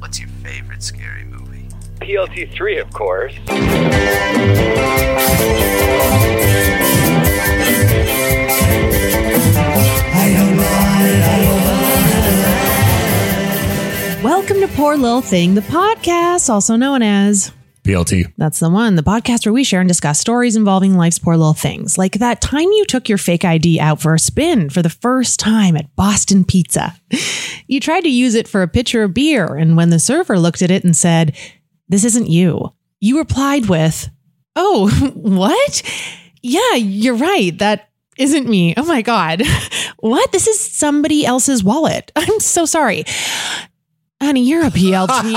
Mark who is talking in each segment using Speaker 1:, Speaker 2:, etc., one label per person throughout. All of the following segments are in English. Speaker 1: What's your favorite scary movie?
Speaker 2: PLT three, of course.
Speaker 3: Welcome to Poor Little Thing, the podcast, also known as
Speaker 4: PLT.
Speaker 3: That's the one, the podcast where we share and discuss stories involving life's poor little things, like that time you took your fake ID out for a spin for the first time at Boston Pizza. You tried to use it for a pitcher of beer, and when the server looked at it and said, This isn't you, you replied with, Oh, what? Yeah, you're right. That isn't me. Oh my God. What? This is somebody else's wallet. I'm so sorry. Honey, you're a PLT.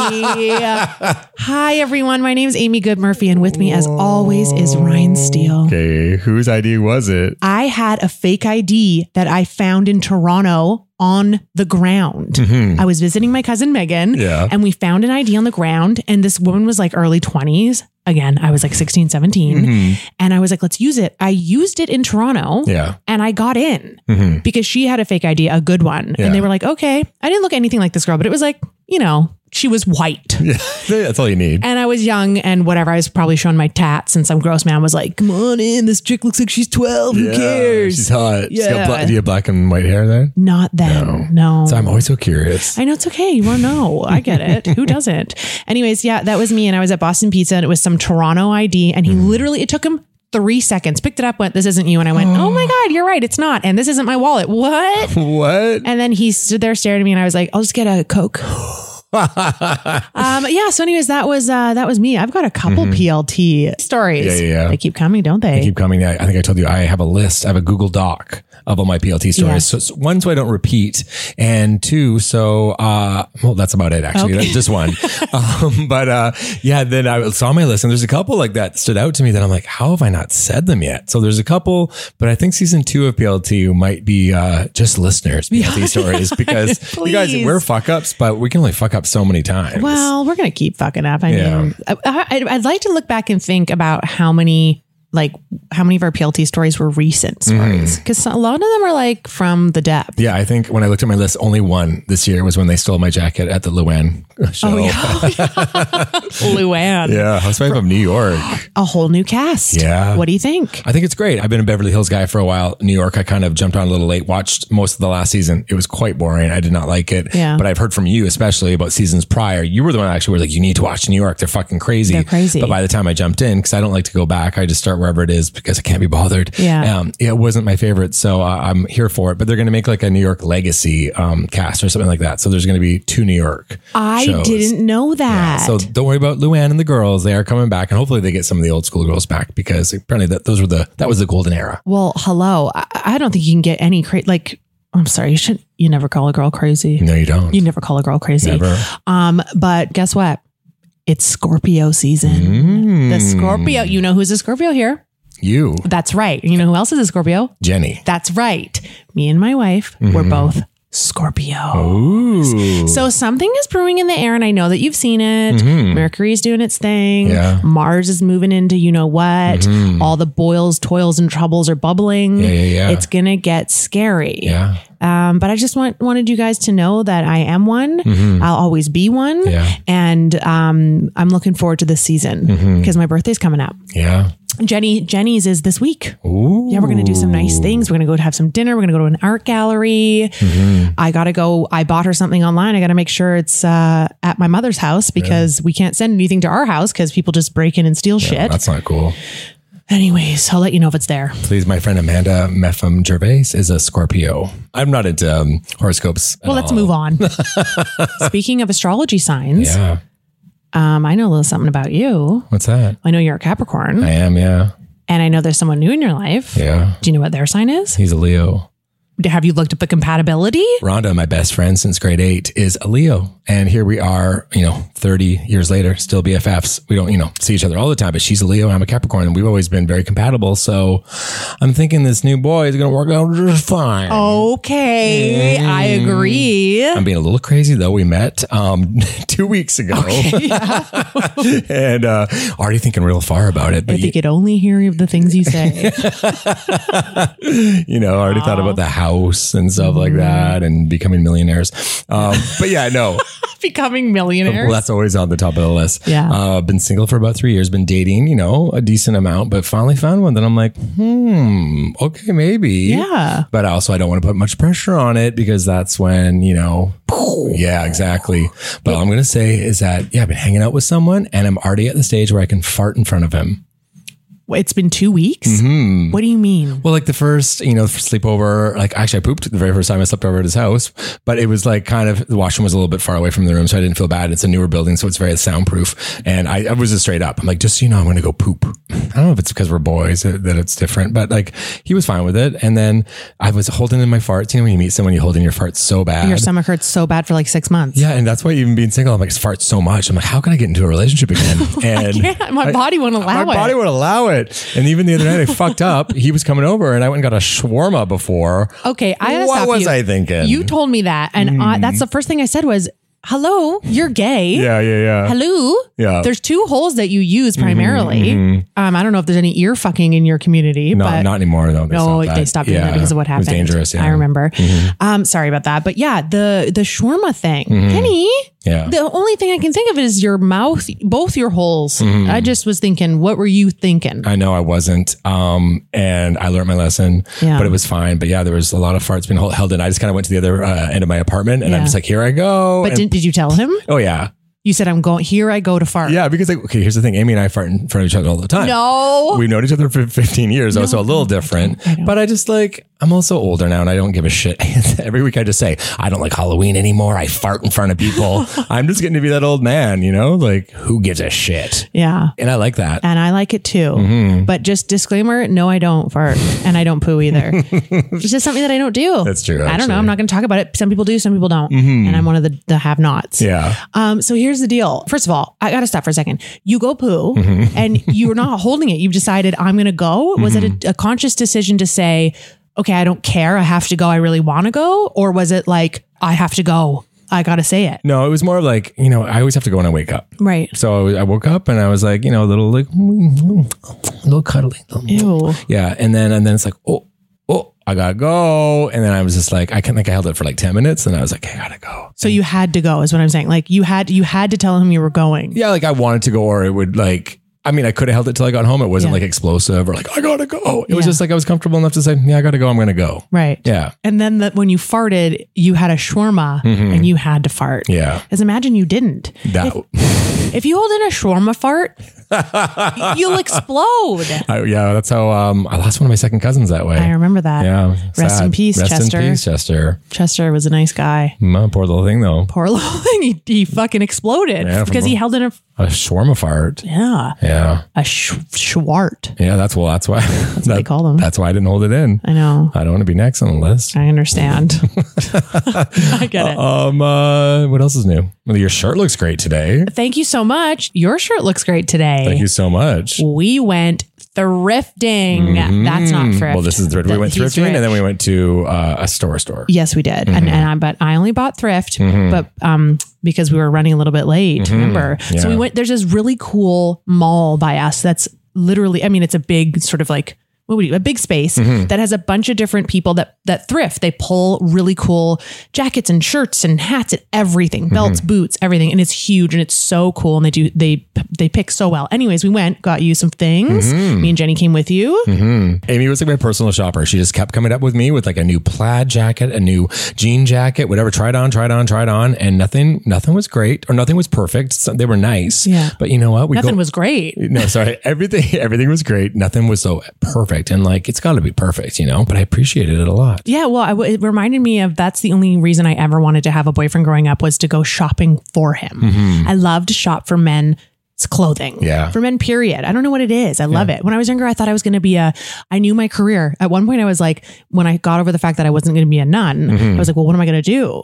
Speaker 3: Hi, everyone. My name is Amy Good Murphy, and with me, as always, is Ryan Steele.
Speaker 4: Okay, whose ID was it?
Speaker 3: I had a fake ID that I found in Toronto on the ground.
Speaker 4: Mhm.
Speaker 3: I was visiting my cousin Megan,
Speaker 4: Yeah.
Speaker 3: and we found an ID on the ground. And this woman was like early 20s. Again, I was like 16, 17.
Speaker 4: Mhm.
Speaker 3: And I was like, let's use it. I used it in Toronto
Speaker 4: Yeah.
Speaker 3: and I got in
Speaker 4: hmm
Speaker 3: because she had a fake ID, a good one.
Speaker 4: Yeah.
Speaker 3: And they were like, okay. I didn't look anything like this girl, but it was like, you know, she was white.
Speaker 4: Yeah, that's all you need.
Speaker 3: And I was young and whatever. I was probably showing my tats, and some gross man was like, come on in. This chick looks like she's 12. Who
Speaker 4: Yeah,
Speaker 3: cares?
Speaker 4: She's hot. She's got
Speaker 3: Yeah.
Speaker 4: black, do you have black and white hair then?
Speaker 3: Not then. No.
Speaker 4: So I'm always so curious.
Speaker 3: I know it's okay. You want to know. I get it. Who doesn't? Anyways, yeah, that was me. And I was at Boston Pizza and it was some Toronto ID. And he
Speaker 4: Mm.
Speaker 3: literally, it took him three seconds, picked it up, went, This isn't you. And I went, Oh my God, you're right. It's not. And this isn't my wallet. What?
Speaker 4: what?
Speaker 3: And then he stood there staring at me and I was like, I'll just get a Coke. Um, yeah. So, anyways, that was uh, that was me. I've got a couple PLT stories.
Speaker 4: Mm-hmm. Yeah, yeah, yeah.
Speaker 3: They keep coming, don't they?
Speaker 4: They keep coming. I, I think I told you I have a list. I have a Google Doc of all my PLT stories.
Speaker 3: Yeah.
Speaker 4: So, so one, so I don't repeat, and two, so uh, well, that's about it actually.
Speaker 3: Okay.
Speaker 4: That's just one. um, but uh, yeah, then I saw my list, and there's a couple like that stood out to me that I'm like, how have I not said them yet? So there's a couple, but I think season two of PLT might be uh, just listeners PLT stories because you guys
Speaker 3: Please.
Speaker 4: we're fuck ups, but we can only fuck up so many times.
Speaker 3: Well, we're gonna keep fucking up. I
Speaker 4: Yeah.
Speaker 3: mean, I, I, I'd like to look back and think about how many, like, how many of our PLT stories were recent stories because a lot of them are like from the depth.
Speaker 4: Yeah, I think when I looked at my list, only one this year was when they stole my jacket at the Luann show.
Speaker 3: Oh yeah, Luann,
Speaker 4: Yeah, Housewife of New York.
Speaker 3: a whole new cast.
Speaker 4: Yeah.
Speaker 3: what do you think?
Speaker 4: I think it's great. I've been a Beverly Hills guy for a while. New York, I kind of jumped on a little late, watched most of the last season. It was quite boring. I did not like it.
Speaker 3: Yeah.
Speaker 4: But I've heard from you, especially about seasons prior. You were the one actually who was like, you need to watch New York. They're fucking crazy.
Speaker 3: They're crazy.
Speaker 4: But by the time I jumped in, because I don't like to go back, I just start wherever it is because I can't be bothered.
Speaker 3: Yeah.
Speaker 4: Um, it wasn't my favorite. So I I'm here for it. But they're going to make like a New York legacy um, cast or something like that. So there's going to be two New York.
Speaker 3: I
Speaker 4: shows.
Speaker 3: didn't know that.
Speaker 4: So don't worry about Luann and the girls. They are coming back, and hopefully they get some of the old school girls back because apparently that those were the that was the golden era.
Speaker 3: well, hello. I, I don't think you can get any cra Like, I'm sorry, you should. You never call a girl crazy.
Speaker 4: No, you don't.
Speaker 3: You never call a girl crazy.
Speaker 4: Never.
Speaker 3: Um, but guess what? It's Scorpio season.
Speaker 4: Mm.
Speaker 3: The Scorpio. You know who's a Scorpio here?
Speaker 4: You,
Speaker 3: That's right. You know who else is a Scorpio?
Speaker 4: Jenny. Mm-hmm.
Speaker 3: That's right. Me and my wife, we're both
Speaker 2: Scorpio.
Speaker 4: Ooh.
Speaker 2: So something is brewing in the air, and I know that you've seen it.
Speaker 4: Mhm.
Speaker 2: Mercury's doing its thing.
Speaker 4: Yeah.
Speaker 2: Mars is moving into you know what.
Speaker 4: Mhm.
Speaker 2: All the boils, toils, and troubles are bubbling.
Speaker 4: Yeah, yeah, yeah.
Speaker 2: It's gonna get scary.
Speaker 4: yeah.
Speaker 2: Um, but I just want wanted you guys to know that I am one.
Speaker 4: Mhm.
Speaker 2: I'll always be one.
Speaker 4: Yeah.
Speaker 2: And um, I'm looking forward to this season
Speaker 4: Mhm.
Speaker 2: because my birthday's coming up.
Speaker 4: Yeah.
Speaker 2: Jenny Jenny's is this week.
Speaker 4: Ooh.
Speaker 2: Yeah, we're gonna do some nice things. We're gonna go to have some dinner. We're gonna go to an art gallery.
Speaker 4: Mm-hmm.
Speaker 2: I gotta go. I bought her something online. I gotta make sure it's uh, at my mother's house because we can't send anything to our house because people just break in and steal shit.
Speaker 4: That's not cool.
Speaker 2: Anyways, I'll let you know if it's there.
Speaker 4: Please, my friend Amanda Mepham Gervais is a Scorpio. I'm not into um, horoscopes. at
Speaker 2: Well, let's
Speaker 4: all.
Speaker 2: move on. Speaking of astrology signs,
Speaker 4: Yeah.
Speaker 2: um, I know a little something about you.
Speaker 4: What's that?
Speaker 2: I know you're a Capricorn,
Speaker 4: I am. Yeah.
Speaker 2: and I know there's someone new in your life.
Speaker 4: Yeah.
Speaker 2: Do you know what their sign is?
Speaker 4: He's a Leo.
Speaker 2: Have you looked up the compatibility?
Speaker 4: Rhonda, my best friend since grade eight, is a Leo. And here we are, you know, 30 years later, still BFFs. We don't, you know, see each other all the time, but she's a Leo and I'm a Capricorn and we've always been very compatible. So I'm thinking this new boy is going to work out just fine. Mm.
Speaker 2: Okay, I agree.
Speaker 4: I'm being a little crazy though. We met um, two weeks ago and uh, already thinking real far about it.
Speaker 2: If
Speaker 4: But
Speaker 2: they could only hear the things you say.
Speaker 4: you know, I already thought about the house and stuff like
Speaker 2: Mm-hmm.
Speaker 4: that and becoming millionaires. Um, but yeah, no,
Speaker 2: Becoming millionaires.
Speaker 4: well, that's always on the top of the list.
Speaker 2: Yeah.
Speaker 4: Uh, been single for about three years, been dating, you know, a decent amount, but finally found one that I'm like, hmm, okay, maybe.
Speaker 2: Yeah.
Speaker 4: But also, I don't want to put much pressure on it because that's when, you know, yeah, exactly. But all I'm going to say is that, yeah, I've been hanging out with someone and I'm already at the stage where I can fart in front of him.
Speaker 2: It's been two weeks.
Speaker 4: Mm-hmm.
Speaker 2: What do you mean?
Speaker 4: Well, like the first, you know, sleepover, like actually I pooped the very first time I slept over at his house, but it was like kind of the washroom was a little bit far away from the room. So I didn't feel bad. It's a newer building, so it's very soundproof. And I, I was just straight up. I'm like, just so you know, I'm going to go poop. I don't know if it's because we're boys uh, that it's different, but like he was fine with it. And then I was holding in my farts. You know, when you meet someone, you hold in your farts so bad.
Speaker 2: Your stomach hurts so bad for like six months.
Speaker 4: yeah, and that's why even being single, I'm like, it's farts so much. I'm like, how can I get into a relationship again? And
Speaker 2: Yeah, my body won't allow
Speaker 4: my
Speaker 2: it.
Speaker 4: body would allow it. And even the other night, I fucked up. He was coming over, and I went and got a shawarma before.
Speaker 2: okay, I gotta
Speaker 4: What
Speaker 2: stop
Speaker 4: was
Speaker 2: you.
Speaker 4: I thinking?
Speaker 2: You told me that, and I, that's the first thing I said was, "Hello, you're gay."
Speaker 4: Yeah, Oh. yeah, yeah.
Speaker 2: Hello.
Speaker 4: Yeah.
Speaker 2: There's two holes that you use primarily. Um, I don't know if there's any ear fucking in your community,
Speaker 4: No,
Speaker 2: but
Speaker 4: not anymore though.
Speaker 2: no, they stopped doing that because of what happened.
Speaker 4: It was dangerous. Yeah.
Speaker 2: I remember. Um, sorry about that, but yeah, the the shawarma thing, Kenny.
Speaker 4: Yeah.
Speaker 2: The only thing I can think of is your mouth, both your holes. I just was thinking, what were you thinking?
Speaker 4: I know I wasn't, um, and I learned my lesson,
Speaker 2: Yeah.
Speaker 4: but it was fine. But yeah, there was a lot of farts being held- held in. I just kind of went to the other uh, end of my apartment, and
Speaker 2: Yeah.
Speaker 4: I'm just like, here I go.
Speaker 2: but
Speaker 4: And-
Speaker 2: did, did you tell him?
Speaker 4: oh yeah,
Speaker 2: You said, I'm going, here I go to fart.
Speaker 4: yeah. Because like, okay, here's the thing: Amy and I fart in front of each other all the time.
Speaker 2: No.
Speaker 4: We've known each other for 15 years, though, so a little different. But I just like, I'm also older now and I don't give a shit. Every week I just say, I don't like Halloween anymore. I fart in front of people. I'm just getting to be that old man, you know? Like, who gives a shit?
Speaker 2: yeah.
Speaker 4: And I like that. Mm-hmm.
Speaker 2: And I like it too. But just disclaimer no, I don't fart and I don't poo either. it's just something that I don't do.
Speaker 4: That's
Speaker 2: I
Speaker 4: true,
Speaker 2: don't know.
Speaker 4: actually. Mm-hmm.
Speaker 2: I'm not going to talk about it. Some people do, some people don't. And I'm one of the, the have nots.
Speaker 4: Yeah.
Speaker 2: Um, so here's the deal. First of all, I got to stop for a second. You go poo
Speaker 4: Mm-hmm.
Speaker 2: and you're not holding it. You've decided I'm going to go. Was it a, a conscious decision to say, okay, I don't care. I have to go. I really want to go. Or was it like, I have to go. I got to say it.
Speaker 4: No, it was more of like, you know, I always have to go when I wake up.
Speaker 2: Right.
Speaker 4: So I I woke up and I was like, you know, a little like, a little cuddly.
Speaker 2: Ew.
Speaker 4: Yeah, and then and then it's like, oh, oh, I gotta go. And then I was just like, I can like I held it for like ten minutes, and I was like, I gotta go.
Speaker 2: So you had to go is what I'm saying. Like you had you had to tell him you were going.
Speaker 4: yeah, like I wanted to go, or it would like. I mean, I could have held it till I got home. It wasn't
Speaker 2: Yeah.
Speaker 4: like explosive or like I gotta go. It was
Speaker 2: Yeah.
Speaker 4: just like I was comfortable enough to say, yeah, I gotta go. I'm gonna go.
Speaker 2: Right.
Speaker 4: Yeah, Mm-hmm.
Speaker 2: And then that when you farted, you had a shawarma and you had to fart.
Speaker 4: yeah.
Speaker 2: Because imagine you didn't.
Speaker 4: That
Speaker 2: If you hold in a shawarma fart, you'll explode.
Speaker 4: I, yeah, that's how um I lost one of my second cousins that way.
Speaker 2: I remember that.
Speaker 4: yeah,
Speaker 2: Rest in peace,
Speaker 4: Rest
Speaker 2: Chester.
Speaker 4: in peace, Chester.
Speaker 2: Chester was a nice guy.
Speaker 4: Mm, poor little thing though.
Speaker 2: Poor little thing. He, he fucking exploded
Speaker 4: Yeah, from
Speaker 2: because he
Speaker 4: a-
Speaker 2: held in a
Speaker 4: A shawarma fart.
Speaker 2: yeah
Speaker 4: Yeah,
Speaker 2: a sh- schwart.
Speaker 4: yeah. That's well. That's why. That's
Speaker 2: what they call them.
Speaker 4: That's why I didn't hold it in.
Speaker 2: I know.
Speaker 4: I don't want to be next on the list.
Speaker 2: I understand. I get it.
Speaker 4: Um, uh, what else is new? Well, your shirt looks great today.
Speaker 2: Thank you so much. Your shirt looks great today.
Speaker 4: Thank you so much.
Speaker 2: we went thrifting. That's not
Speaker 4: Mm.
Speaker 2: thrift.
Speaker 4: Well, this is thrift. We
Speaker 2: That-
Speaker 4: went
Speaker 2: he's
Speaker 4: thrifting, and then we
Speaker 2: rich.
Speaker 4: went to uh, a store store. Mm-hmm.
Speaker 2: Yes, we did. And, and I but I only bought thrift,
Speaker 4: Mhm.
Speaker 2: but um because we were running a little bit late,
Speaker 4: Mhm.
Speaker 2: remember? So we
Speaker 4: Yeah.
Speaker 2: went there's this really cool mall by us that's literally I mean it's a big sort of like what would you a big space that has a bunch of different people that that thrift. They pull really cool jackets and shirts and hats and everything, belts, boots, everything, and it's huge and it's so cool and they do they they pick so well. Anyways, we went, got you some things. Me and Jenny came with you.
Speaker 4: Amy was like my personal shopper. She just kept coming up with me with like a new plaid jacket, a new jean jacket, whatever. Tried on, tried on, tried on, and nothing, nothing was great or nothing was perfect. So they were nice,
Speaker 2: Yeah.
Speaker 4: But you know what? We
Speaker 2: Nothing
Speaker 4: go-
Speaker 2: was great.
Speaker 4: no, sorry. Everything, everything was great. Nothing was so perfect, and like it's got to be perfect, you know. But I appreciated it a lot.
Speaker 2: Yeah, well, I w- it reminded me of that's the only reason I ever wanted to have a boyfriend growing up was to go shopping for him. I love to shop for men's clothing.
Speaker 4: Mm-hmm. Yeah.
Speaker 2: For men, period. I don't know what it is. I love it. When I was younger, I thought I was going to be a, I knew my career. At one point, I was like, when I got over the fact that I wasn't going to be a nun,
Speaker 4: Mm-hmm.
Speaker 2: I was like, well, what am I going to do?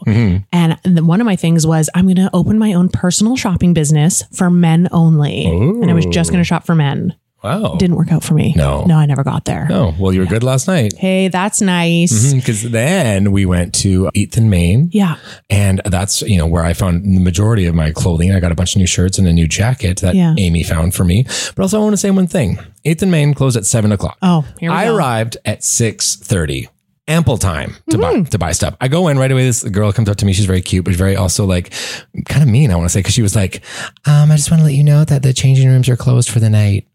Speaker 2: And then one of my things was, I'm going to open my own personal shopping business for men only. And I was just going to shop for men.
Speaker 4: Oh. Wow.
Speaker 2: Didn't work out for me.
Speaker 4: No.
Speaker 2: No, I never got there.
Speaker 4: no. Oh, Mm-hmm. Well, you were good last night
Speaker 2: Hey, that's nice.
Speaker 4: because then we went to Ethan, Maine.
Speaker 2: Yeah.
Speaker 4: And that's, you know, where I found the majority of my clothing. I got a bunch of new shirts and a new jacket that
Speaker 2: Yeah.
Speaker 4: Amy found for me. But also I want to say one thing. Ethan Maine closed at seven o'clock.
Speaker 2: Oh, here we
Speaker 4: I
Speaker 2: go.
Speaker 4: arrived at six thirty. Ample time to
Speaker 2: Mm-hmm.
Speaker 4: buy to buy stuff. I go in right away. This girl comes up to me. She's very cute, but very also like kind of mean. I want to say because she was like, um, "I just want to let you know that the changing rooms are closed for the night."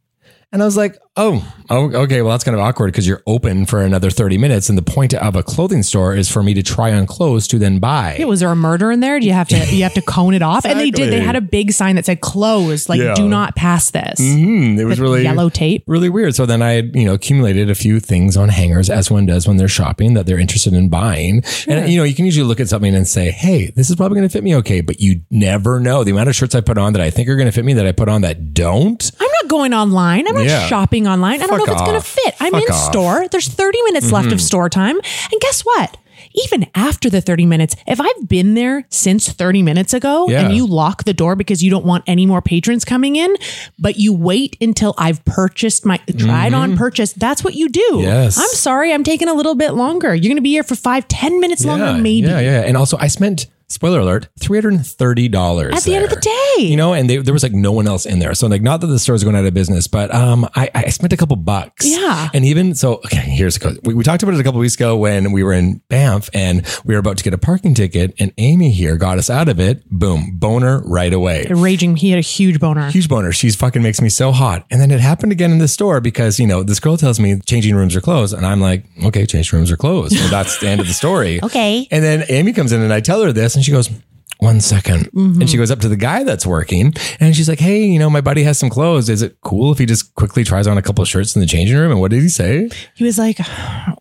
Speaker 4: And I was like, oh, oh okay, well, that's kind of awkward because you're open for another 30 minutes. And the point of a clothing store is for me to try on clothes to then buy.
Speaker 2: Yeah, was there a murder in there? Do you have to you have to cone it off? And they did. They
Speaker 4: Exactly.
Speaker 2: had a big sign that said closed, like
Speaker 4: Yeah.
Speaker 2: do not pass this.
Speaker 4: Mhm, it was
Speaker 2: With
Speaker 4: really
Speaker 2: yellow tape.
Speaker 4: really weird. So then I had, you know, accumulated a few things on hangers as one does when they're shopping that they're interested in buying. And, you know, you can usually look at something and say, hey, this is probably going to fit me okay. But you never know the amount of shirts I put on that I think are going to fit me that I put on that don't.
Speaker 2: I'm not going online. I'm not
Speaker 4: Yeah.
Speaker 2: shopping online. I don't
Speaker 4: Fuck
Speaker 2: know if it's going
Speaker 4: off.
Speaker 2: to fit. I'm
Speaker 4: Fuck
Speaker 2: in
Speaker 4: off.
Speaker 2: store. There's 30 minutes left of store time. And guess what? Even after the 30 minutes, if I've been there since 30 minutes ago
Speaker 4: Yeah.
Speaker 2: and you lock the door because you don't want any more patrons coming in, but you wait until I've purchased my tried on purchase, that's what you do.
Speaker 4: Yes.
Speaker 2: I'm sorry, I'm taking a little bit longer. You're going to be here for five, 10 minutes longer, maybe.
Speaker 4: Yeah, yeah. And also, I spent, spoiler alert, $330.
Speaker 2: At the end of
Speaker 4: there.
Speaker 2: the day.
Speaker 4: You know, and they, there was like no one else in there. So, like, not that the store's going out of business, but um, I, I spent a couple bucks.
Speaker 2: Yeah.
Speaker 4: And even so, okay, here's a we, we talked about it a couple weeks ago when we were in Banff and we were about to get a parking ticket, and Amy here got us out of it. Boom, boner right away
Speaker 2: A raging. He had a huge boner.
Speaker 4: huge boner. She's fucking makes me so hot. And then it happened again in the store because, you know, this girl tells me changing rooms are closed. And I'm like, okay, changing rooms are closed. Well, that's the end of the story.
Speaker 2: Okay.
Speaker 4: And then Amy comes in and I tell her this and she goes, one second. And she
Speaker 2: Mm-hmm.
Speaker 4: goes up to the guy that's working and she's like, Hey, you know, my buddy has some clothes. Is it cool if he just quickly tries on a couple of shirts in the changing room? And what did he say?
Speaker 2: He was like,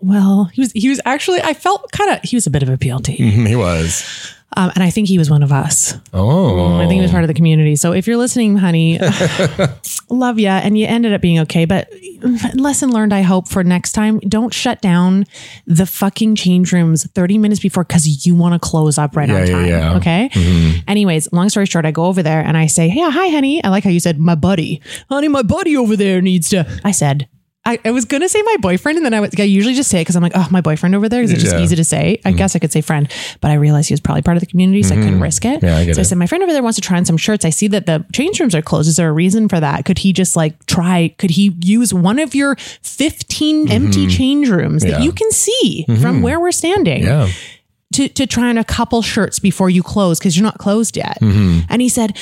Speaker 2: well, he was he was actually I felt kind of he was a bit of a PLT.
Speaker 4: He was.
Speaker 2: Um, and I think he was one of us.
Speaker 4: Oh.
Speaker 2: I think he was part of the community. So if you're listening, honey, love ya. And you ended up being okay. But lesson learned, I hope, for next time. Don't shut down the fucking change rooms 30 minutes before because you want to close up right
Speaker 4: Yeah,
Speaker 2: on
Speaker 4: yeah,
Speaker 2: time.
Speaker 4: yeah.
Speaker 2: Okay. Anyways, long story short, I go over there and I say, Hey, hi, honey. I like how you said, my buddy. Honey, my buddy over there needs to. I said, I, I was gonna say my boyfriend, and then I, would, I usually just say it because I'm like, oh, my boyfriend over there because it's just
Speaker 4: Yeah. Mm-hmm.
Speaker 2: easy to say. I guess I could say friend, but I realized he was probably part of the community, so I couldn't risk it.
Speaker 4: Yeah, I get
Speaker 2: so I
Speaker 4: it.
Speaker 2: said, my friend over there wants to try on some shirts. I see that the change rooms are closed. Is there a reason for that? Could he just like try? Could he use one of your 15 empty change rooms that
Speaker 4: Mm-hmm. Yeah. Mm-hmm.
Speaker 2: you can see from where we're standing?
Speaker 4: Yeah.
Speaker 2: to to try on a couple shirts before you close because you're not closed yet.
Speaker 4: Mm-hmm.
Speaker 2: And he said,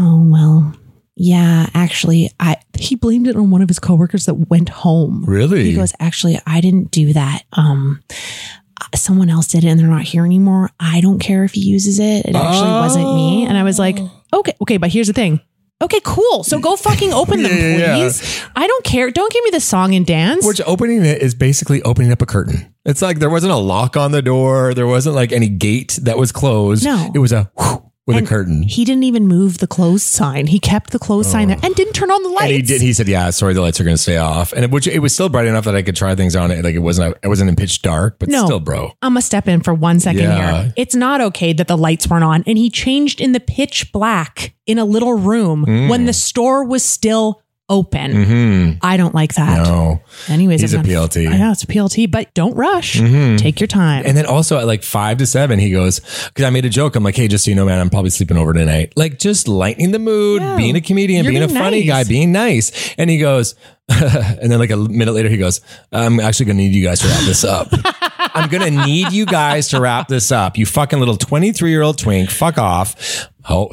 Speaker 2: "Oh well, yeah, actually, I." He blamed it on one of his coworkers that went home.
Speaker 4: Really?
Speaker 2: He goes, "Actually, I didn't do that. Um, someone else did it, and they're not here anymore. I don't care if he uses it. It actually wasn't me."
Speaker 4: Oh.
Speaker 2: And I was like, "Okay, okay, but here's the thing." Okay, cool. So go fucking open them,
Speaker 4: Yeah, yeah, yeah.
Speaker 2: please. I don't care. Don't give me the song and dance.
Speaker 4: Which opening it is basically opening up a curtain. It's like there wasn't a lock on the door. There wasn't like any gate that was closed.
Speaker 2: No.
Speaker 4: It was a whew with
Speaker 2: And
Speaker 4: a curtain.
Speaker 2: He didn't even move the closed sign. He kept the closed sign there and didn't turn on the lights.
Speaker 4: And he did. He said, "Yeah, sorry, the lights are going to stay off." And it, which it was still bright enough that I could try things on it. Like it wasn't. It wasn't in pitch dark, but
Speaker 2: No.
Speaker 4: still, bro.
Speaker 2: I'm gonna step in for one second
Speaker 4: Yeah.
Speaker 2: here. It's not okay that the lights weren't on, and he changed in the pitch black in a little room when the store was still open.
Speaker 4: Mm. Mm-hmm.
Speaker 2: I don't like that.
Speaker 4: No.
Speaker 2: Anyways,
Speaker 4: He's
Speaker 2: I'm
Speaker 4: a
Speaker 2: gonna-
Speaker 4: PLT.
Speaker 2: I know it's a PLT, but don't rush.
Speaker 4: Mhm.
Speaker 2: Take your time.
Speaker 4: And then also at like five to seven, he goes, because I made a joke. I'm like, hey, just so you know, man, I'm probably sleeping over tonight. Like, just lightening the mood,
Speaker 2: Yeah.
Speaker 4: being a comedian,
Speaker 2: You're
Speaker 4: being,
Speaker 2: being
Speaker 4: a funny
Speaker 2: nice.
Speaker 4: guy, being nice. And he goes, and then like a minute later, he goes, I'm actually going to need you guys to wrap this up. I'm going to need you guys to wrap this up. You fucking little 23 year old twink. Fuck off. Oh,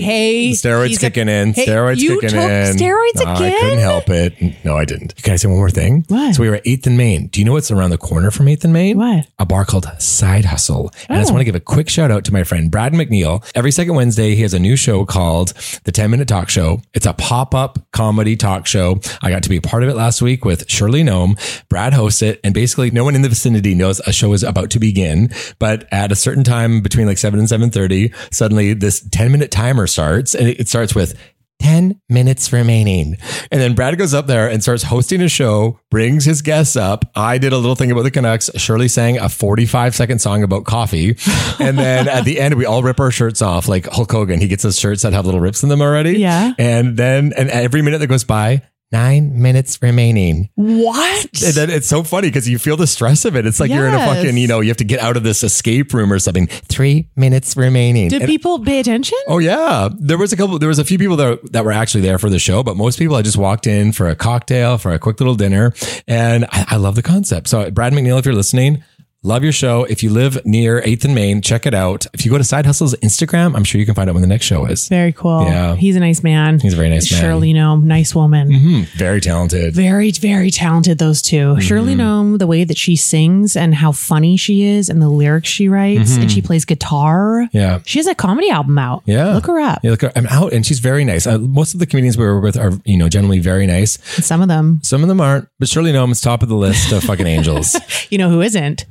Speaker 2: Hey, hey,
Speaker 4: steroids
Speaker 2: he's a-
Speaker 4: kicking in.
Speaker 2: Hey,
Speaker 4: steroids
Speaker 2: you took
Speaker 4: kicking in.
Speaker 2: steroids
Speaker 4: No, I couldn't
Speaker 2: again?
Speaker 4: help it. No, I didn't. Can I say one more thing?
Speaker 2: What?
Speaker 4: So we were at 8th and Main. Do you know what's around the corner from 8th and Main?
Speaker 2: What?
Speaker 4: a bar called Side Hustle. And I just
Speaker 2: Oh.
Speaker 4: want to give a quick shout out to my friend Brad McNeil. Every second Wednesday, he has a new show called The 10 Minute Talk Show. It's a pop up comedy talk show. I got to be a part of it last week with Shirley Nome. Brad hosts it. And basically, no one in the vicinity knows a show is about to begin. But at a certain time between like 7 and 7.30, suddenly this 10 minute timer starts. And it it starts with 10 minutes remaining. And then Brad goes up there and starts hosting a show, brings his guests up. I did a little thing about the Canucks. Shirley sang a 45 second song about coffee. And then at the end, we all rip our shirts off, like Hulk Hogan. He gets his shirts that have little rips in them already.
Speaker 2: Yeah.
Speaker 4: And then, and every minute that goes by, Nine minutes remaining.
Speaker 2: what?
Speaker 4: And then it's so funny because you feel the stress of it. It's like you're in a
Speaker 2: Yes.
Speaker 4: fucking, you know, you have to get out of this escape room or something. Three minutes remaining.
Speaker 2: Did
Speaker 4: And-
Speaker 2: people pay attention?
Speaker 4: Oh yeah, there was a couple. There was a few people that that were actually there for the show, but most people I just walked in for a cocktail, for a quick little dinner, and I, I love the concept. So Brad McNeil, if you're listening. Love your show. If you live near 8th and Main, check it out. If you go to Side Hustle's Instagram, I'm sure you can find out when the next show is.
Speaker 2: Very cool.
Speaker 4: Yeah.
Speaker 2: He's a nice man.
Speaker 4: He's a very nice man.
Speaker 2: Shirley Nome, nice woman.
Speaker 4: Hmm, very talented.
Speaker 2: Very, very talented, those 2
Speaker 4: Mm-hmm.
Speaker 2: Shirley Nome, the way that she sings and how funny she is and the lyrics she writes, and she plays guitar.
Speaker 4: Mm-hmm. Yeah.
Speaker 2: She has a comedy album out.
Speaker 4: Yeah.
Speaker 2: Look her up.
Speaker 4: Yeah, look, I'm out and she's very nice. Uh, most of the comedians we were with are, you know, generally very nice.
Speaker 2: Some of them.
Speaker 4: Some of them aren't, but Shirley Noam is top of the list of fucking angels.
Speaker 2: You know who isn't?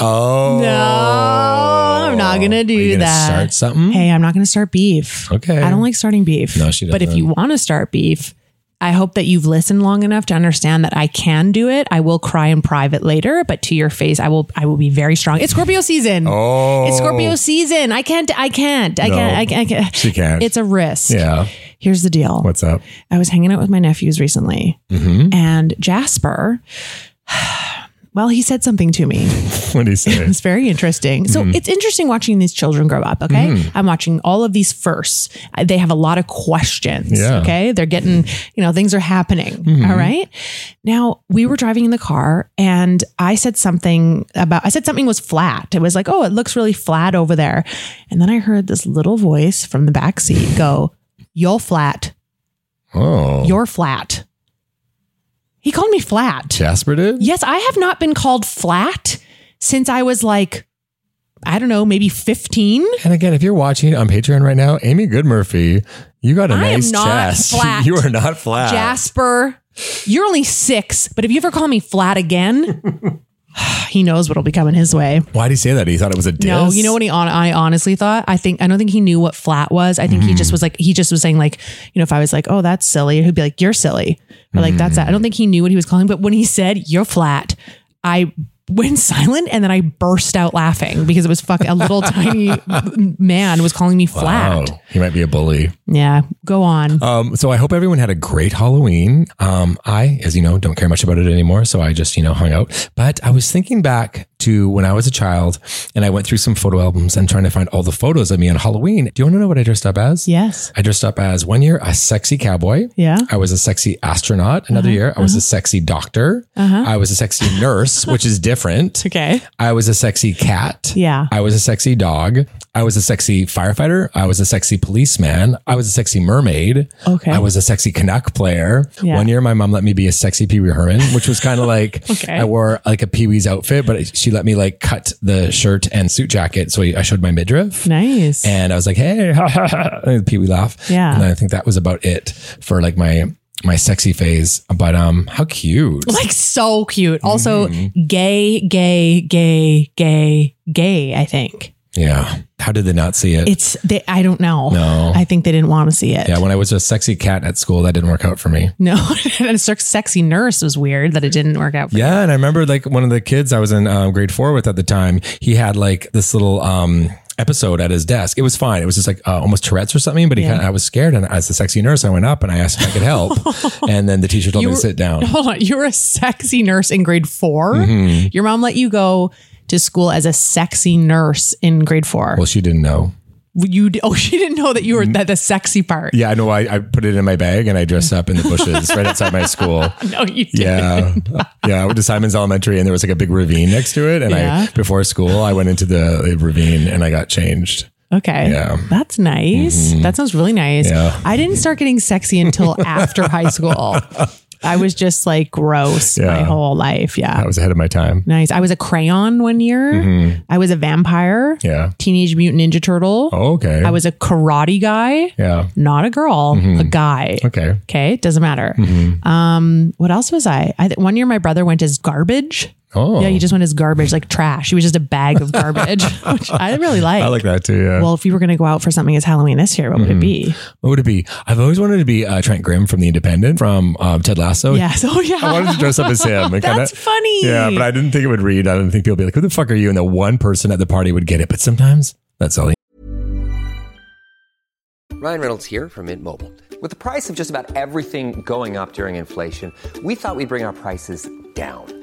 Speaker 4: Oh.
Speaker 2: No, I'm not going to do
Speaker 4: Are you gonna
Speaker 2: that.
Speaker 4: Start something?
Speaker 2: Hey, I'm not going to start beef.
Speaker 4: Okay.
Speaker 2: I don't like starting beef.
Speaker 4: No, she
Speaker 2: But if
Speaker 4: doesn't.
Speaker 2: you want to start beef, I hope that you've listened long enough to understand that I can do it. I will cry in private later, but to your face, I will. I will be very strong. It's Scorpio season.
Speaker 4: Oh.
Speaker 2: It's Scorpio season. I can't. I can't. I
Speaker 4: No,
Speaker 2: can't. I can't. I can't.
Speaker 4: she can't.
Speaker 2: It's a risk.
Speaker 4: Yeah.
Speaker 2: Here's the deal.
Speaker 4: What's Mm-hmm. up?
Speaker 2: I was hanging out with my nephews recently, and Jasper. Well, he said something to me.
Speaker 4: What do you say?
Speaker 2: It's very interesting. So it's interesting watching these children grow up. Okay. I'm watching all of these firsts. Uh, They have a lot of questions.
Speaker 4: Yeah.
Speaker 2: Okay. They're getting, you know, things are happening. all right. Now we were driving in the car and I said something about, I said something was flat. It was like, oh, it looks really flat over there. And then I heard this little voice from the back seat go, you're flat.
Speaker 4: oh.
Speaker 2: You're flat. He called me flat.
Speaker 4: Jasper did?
Speaker 2: Yes, I have not been called flat since I was like, I don't know, maybe 15.
Speaker 4: And again, if you're watching on Patreon right now, Amy Goodmurphy, you got a
Speaker 2: I am
Speaker 4: nice
Speaker 2: not
Speaker 4: chest.
Speaker 2: flat.
Speaker 4: you are not flat.
Speaker 2: Jasper, you're only six, but if you ever call me flat again, he knows what'll be coming his way.
Speaker 4: Why did he say that? He thought it was a diss.
Speaker 2: No, you know what he on, I honestly thought? I think I don't think he knew what flat was. I think he just was like he just was saying like, you know, if I was like, "Oh, that's silly." He'd be like, "You're silly." Or like, "That's that." I don't think he knew what he was calling, but when he said, "You're flat," I went silent and then I burst out laughing because it was fuck a little tiny man was calling me
Speaker 4: Wow.
Speaker 2: flat.
Speaker 4: He might be a bully.
Speaker 2: Yeah, go on.
Speaker 4: Um, so I hope everyone had a great Halloween. Um, I, as you know, don't care much about it anymore. So I just, you know, hung out. But I was thinking back to when I was a child and I went through some photo albums and trying to find all the photos of me on Halloween. Do you want to know what I dressed up as?
Speaker 2: yes.
Speaker 4: I dressed up as one year a sexy cowboy.
Speaker 2: Yeah. Uh-huh.
Speaker 4: I was a sexy astronaut. Another year, I was a sexy doctor. I was a sexy nurse, which is different.
Speaker 2: Okay.
Speaker 4: I was a sexy cat.
Speaker 2: Yeah.
Speaker 4: I was a sexy dog. I was a sexy firefighter. I was a sexy policeman. I was a sexy mermaid.
Speaker 2: Okay.
Speaker 4: I was a sexy Canuck player.
Speaker 2: Yeah.
Speaker 4: One year, my mom let me be a sexy Pee Wee Herman, which was kind of like
Speaker 2: Okay.
Speaker 4: I wore like a Pee Wee's outfit, but she let me like cut the shirt and suit jacket. So I showed my midriff.
Speaker 2: Nice.
Speaker 4: And I was like, hey, and Pee Wee laugh.
Speaker 2: Yeah.
Speaker 4: And I think that was about it for like my my sexy phase. But um, how cute.
Speaker 2: like so cute. Also
Speaker 4: Mm-hmm.
Speaker 2: gay, gay, gay, gay, gay, I think.
Speaker 4: Yeah. How did they not see it?
Speaker 2: It's they I don't know.
Speaker 4: No.
Speaker 2: I think they didn't want to see it.
Speaker 4: yeah, when I was a sexy cat at school, that didn't work out for me.
Speaker 2: no, and a sex- sexy nurse was weird that it didn't work out for
Speaker 4: Yeah, and I remember like one of the kids I was in um, grade four with at the time. He had like this little um, episode at his desk. It was fine. It was just like uh, almost Tourette's or something. But he
Speaker 2: Yeah.
Speaker 4: kind of, I was scared, and as the sexy nurse, I went up and I asked if I could help, and then the teacher told
Speaker 2: You
Speaker 4: me to
Speaker 2: were-
Speaker 4: sit down.
Speaker 2: Hold on. You were a sexy nurse in grade 4
Speaker 4: Mm-hmm.
Speaker 2: Your mom let you go to school as a sexy nurse in grade four.
Speaker 4: Well, she didn't know.
Speaker 2: you d- oh, she didn't know that you were that the sexy part.
Speaker 4: Yeah, I know. I, I put it in my bag and I dressed up in the bushes right outside my school.
Speaker 2: No, you didn't.
Speaker 4: Yeah. yeah. I went to Simon's Elementary and there was like a big ravine next to it. And
Speaker 2: Yeah.
Speaker 4: I, before school, I went into the ravine and I got changed.
Speaker 2: Okay.
Speaker 4: Yeah. Mm-hmm.
Speaker 2: That's nice. That sounds really nice.
Speaker 4: Yeah.
Speaker 2: I didn't start getting sexy until after high school. I was just like gross my
Speaker 4: Yeah.
Speaker 2: whole life. Yeah.
Speaker 4: I was ahead of my time.
Speaker 2: nice. I was a crayon one year. I was a vampire.
Speaker 4: Yeah.
Speaker 2: Teenage Mutant Ninja Turtle.
Speaker 4: Mm-hmm. Oh, okay.
Speaker 2: I was a karate guy.
Speaker 4: Yeah.
Speaker 2: Not a girl, a guy.
Speaker 4: Mm-hmm. Okay. Mm-hmm.
Speaker 2: Okay, doesn't matter. Um, what else was I? I th- one year my brother went as garbage.
Speaker 4: Oh.
Speaker 2: Yeah, he just went as garbage, like trash. He was just a bag of garbage, which I really like.
Speaker 4: I like that Mm-hmm. too. Yeah.
Speaker 2: Well, if you were going to go out for something as Halloween this year, what would it be?
Speaker 4: what would it be? I've always wanted to be uh, Trent Grimm from The Independent from um, Ted Lasso.
Speaker 2: Yes. Oh yeah.
Speaker 4: I wanted to dress up as him. It
Speaker 2: That's funny.
Speaker 4: Yeah, but I didn't think it would read. I didn't think people would be like, who the fuck are you? And the one person at the party would get it. But sometimes that's all you
Speaker 5: Ryan Reynolds here from Mint Mobile. With the price of just about everything going up during inflation, we thought we'd bring our prices down.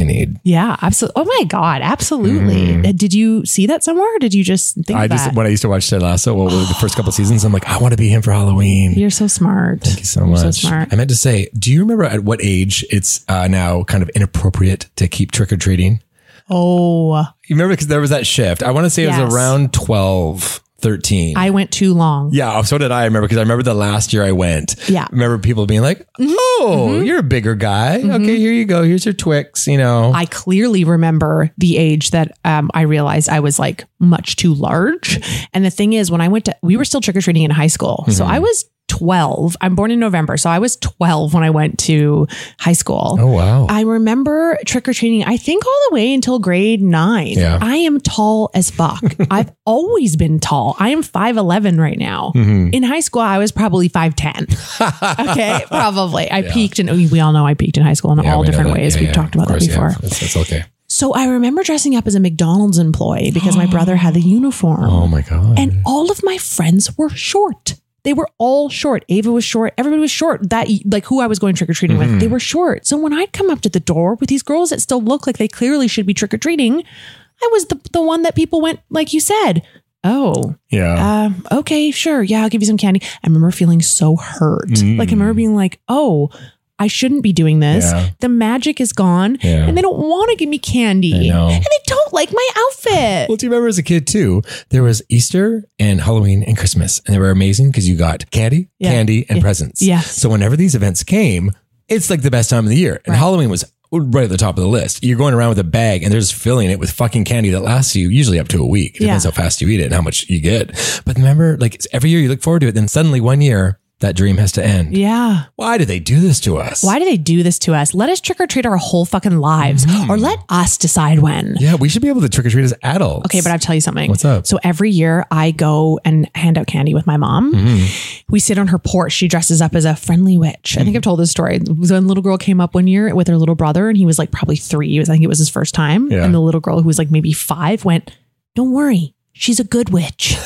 Speaker 4: need.
Speaker 2: Yeah, absolutely. Oh my God, absolutely. Uh, Did you see that somewhere? Or did you just think
Speaker 4: Mm-hmm. I
Speaker 2: that?
Speaker 4: just when I used to watch Ted Lasso, well, the first couple seasons, I'm like, I want to be him for Halloween.
Speaker 2: You're so smart.
Speaker 4: Thank you so
Speaker 2: You're
Speaker 4: much.
Speaker 2: so smart.
Speaker 4: I meant to say, do you remember at what age it's uh, now kind of inappropriate to keep trick or treating?
Speaker 2: Oh,
Speaker 4: You remember because there was that shift. I want to say it
Speaker 2: Yes.
Speaker 4: was around 12, 13.
Speaker 2: I went too long.
Speaker 4: yeah, so did I remember because I remember the last year I went.
Speaker 2: Yeah. Mm-hmm.
Speaker 4: Remember people being like, oh, you're a bigger guy. Okay, here you go. Here's your Twix, you know.
Speaker 2: I clearly remember the age that um, I realized I was like much too large. And the thing is, when I went to, we were still trick or treating in high school. So
Speaker 4: Mm-hmm.
Speaker 2: I was 12. I'm born in November. So I was 12 when I went to high school.
Speaker 4: oh, wow.
Speaker 2: I remember trick or treating, I think all the way until grade nine.
Speaker 4: Yeah.
Speaker 2: I am tall as fuck. I've always been tall. I am 5'11 right now.
Speaker 4: Mm-hmm.
Speaker 2: In high school, I was probably 5'10. okay, probably. I peaked, and we all know I peaked in high school in
Speaker 4: Yeah,
Speaker 2: all
Speaker 4: we know
Speaker 2: different
Speaker 4: that.
Speaker 2: ways.
Speaker 4: Yeah,
Speaker 2: We've
Speaker 4: yeah,
Speaker 2: talked
Speaker 4: of
Speaker 2: about
Speaker 4: course,
Speaker 2: that before.
Speaker 4: Yeah, that's, that's okay.
Speaker 2: So I remember dressing up as a McDonald's employee because my brother had the uniform.
Speaker 4: Oh, my God.
Speaker 2: Um, And all of my friends were short. They were all short. Ava was short. Everybody was short. That like who I was going trick or treating with, they
Speaker 4: Mm-hmm.
Speaker 2: were short. So when I'd come up to the door with these girls that still look like they clearly should be trick or treating, I was the the one that people went like you said. Oh,
Speaker 4: yeah.
Speaker 2: um, okay, sure. Yeah, I'll give you some candy. I remember feeling so hurt.
Speaker 4: Mm.
Speaker 2: Like I remember being like, oh, I shouldn't be doing this.
Speaker 4: Yeah.
Speaker 2: The magic is gone.
Speaker 4: Yeah.
Speaker 2: And they don't want to give me candy.
Speaker 4: I know.
Speaker 2: And they don't like my outfit.
Speaker 4: Well, do you remember as a kid too? There was Easter and Halloween and Christmas, and they were amazing because you got candy,
Speaker 2: Yeah.
Speaker 4: candy, and
Speaker 2: Yeah.
Speaker 4: presents.
Speaker 2: Yes.
Speaker 4: So whenever these events came, it's like the best time of the year, and
Speaker 2: Right.
Speaker 4: Halloween was right at the top of the list. You're going around with a bag, and they're just filling it with fucking candy that lasts you usually up to a week. It depends
Speaker 2: Yeah.
Speaker 4: how fast you eat it and how much you get. But remember, like it's every year you look forward to it, then suddenly one year that dream has to end.
Speaker 2: yeah.
Speaker 4: Why do they do this to us?
Speaker 2: Why do they do this to us? Let us trick or treat our whole fucking lives or let us decide when.
Speaker 4: yeah, we should be able to trick or treat as adults.
Speaker 2: Okay, but I'll tell you something.
Speaker 4: What's up?
Speaker 2: So every year I go and hand out candy with my mom.
Speaker 4: Mm-hmm.
Speaker 2: We sit on her porch. She dresses up as a friendly witch. I think I've told this story. One little girl came up one year with her little brother, and he was like probably three. It was- I think it was his first time.
Speaker 4: Yeah.
Speaker 2: And the little girl who was like maybe five went, Don't worry, she's a good witch.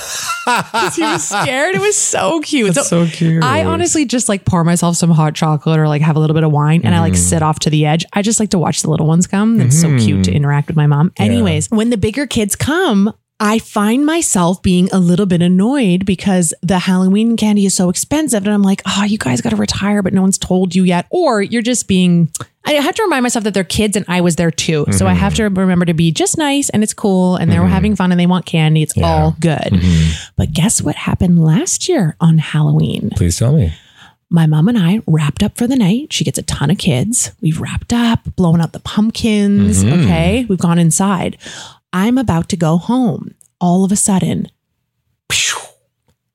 Speaker 2: 'Cause he was scared. It was so cute.
Speaker 4: so cute.
Speaker 2: I honestly just like pour myself some hot chocolate or like have a little bit of wine and I
Speaker 4: Mm.
Speaker 2: like sit off to the edge. I
Speaker 4: Mm.
Speaker 2: just like to watch the little ones come. It's so cute to interact with my mom. Anyways, when the bigger kids come, I find myself being a little bit annoyed because the Halloween candy is so expensive. And I'm like, oh, you guys got to retire, but no one's told you yet. Or you're just being, I have to remind myself that they're kids and I was there too. So I have to remember to be just nice and it's cool and they're having fun and they want candy. It's all good. But guess what happened last year on Halloween?
Speaker 4: Please tell me.
Speaker 2: my mom and I wrapped up for the night. She gets a ton of kids. We've wrapped up, blown out the pumpkins.
Speaker 4: Mhm.
Speaker 2: Okay. We've gone inside. I'm about to go home. All of a sudden, phew,